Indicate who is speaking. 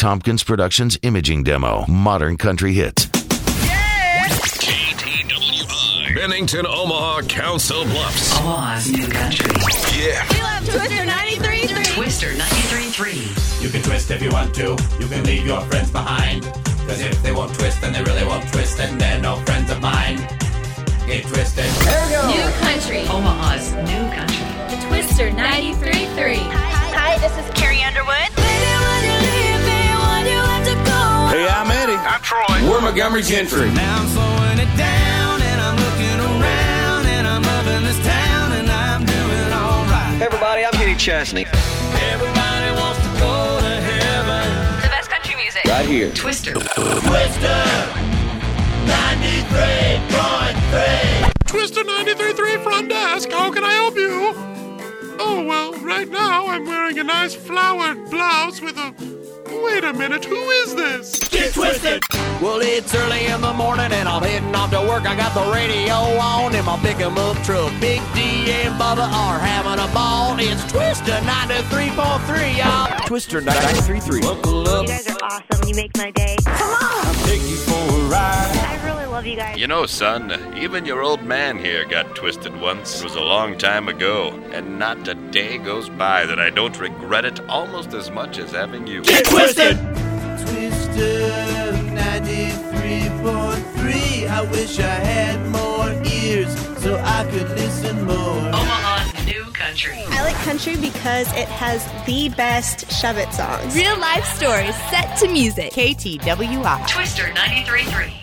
Speaker 1: Tompkins Productions imaging demo, Modern Country Hits.
Speaker 2: KTWI. Bennington, Omaha, Council Bluffs.
Speaker 3: Omaha's new country.
Speaker 2: Yeah.
Speaker 4: We love Twister 93.3.
Speaker 3: Twister 93.3.
Speaker 5: You can twist if you want to, you can leave your friends behind. Cause if they won't twist, then they really won't twist, and they're no friends of mine. Get twisted.
Speaker 6: New country.
Speaker 3: Omaha's new country.
Speaker 6: Twister 93.3.
Speaker 4: Hi, this is Carrie Underwood.
Speaker 5: Hey, I'm Eddie. I'm Troy. We're Montgomery Gentry.
Speaker 7: Now I'm slowing it down and I'm looking around and I'm loving this town and I'm doing alright. Hey everybody, I'm Kenny Chesney. Everybody wants to go to heaven.
Speaker 4: The best country music.
Speaker 5: Right here.
Speaker 3: Twister.
Speaker 8: Twister 93.3 front desk, how can I help you? Oh, well, right now I'm wearing a nice flowered blouse with a. Wait a minute, who is this?
Speaker 7: Well, it's early in the morning and I'm heading off to work. I got the radio on in my pick'em up truck. Big D and Bubba are having a ball. It's Twister 93.3, y'all. Twister 93.3. Buckle up.
Speaker 9: You guys are awesome. You make my day.
Speaker 7: Take you for a ride.
Speaker 9: I really love you guys.
Speaker 10: You know, son, even your old man here got twisted once. It was a long time ago, and not a day goes by that I don't regret it almost as much as having you.
Speaker 7: twisted. Twisted 93.3. I wish I had more ears so I could listen more.
Speaker 3: Omaha's new country.
Speaker 11: I like country because it has the best shove it songs.
Speaker 6: Real life stories set to music.
Speaker 3: Twister 93.3.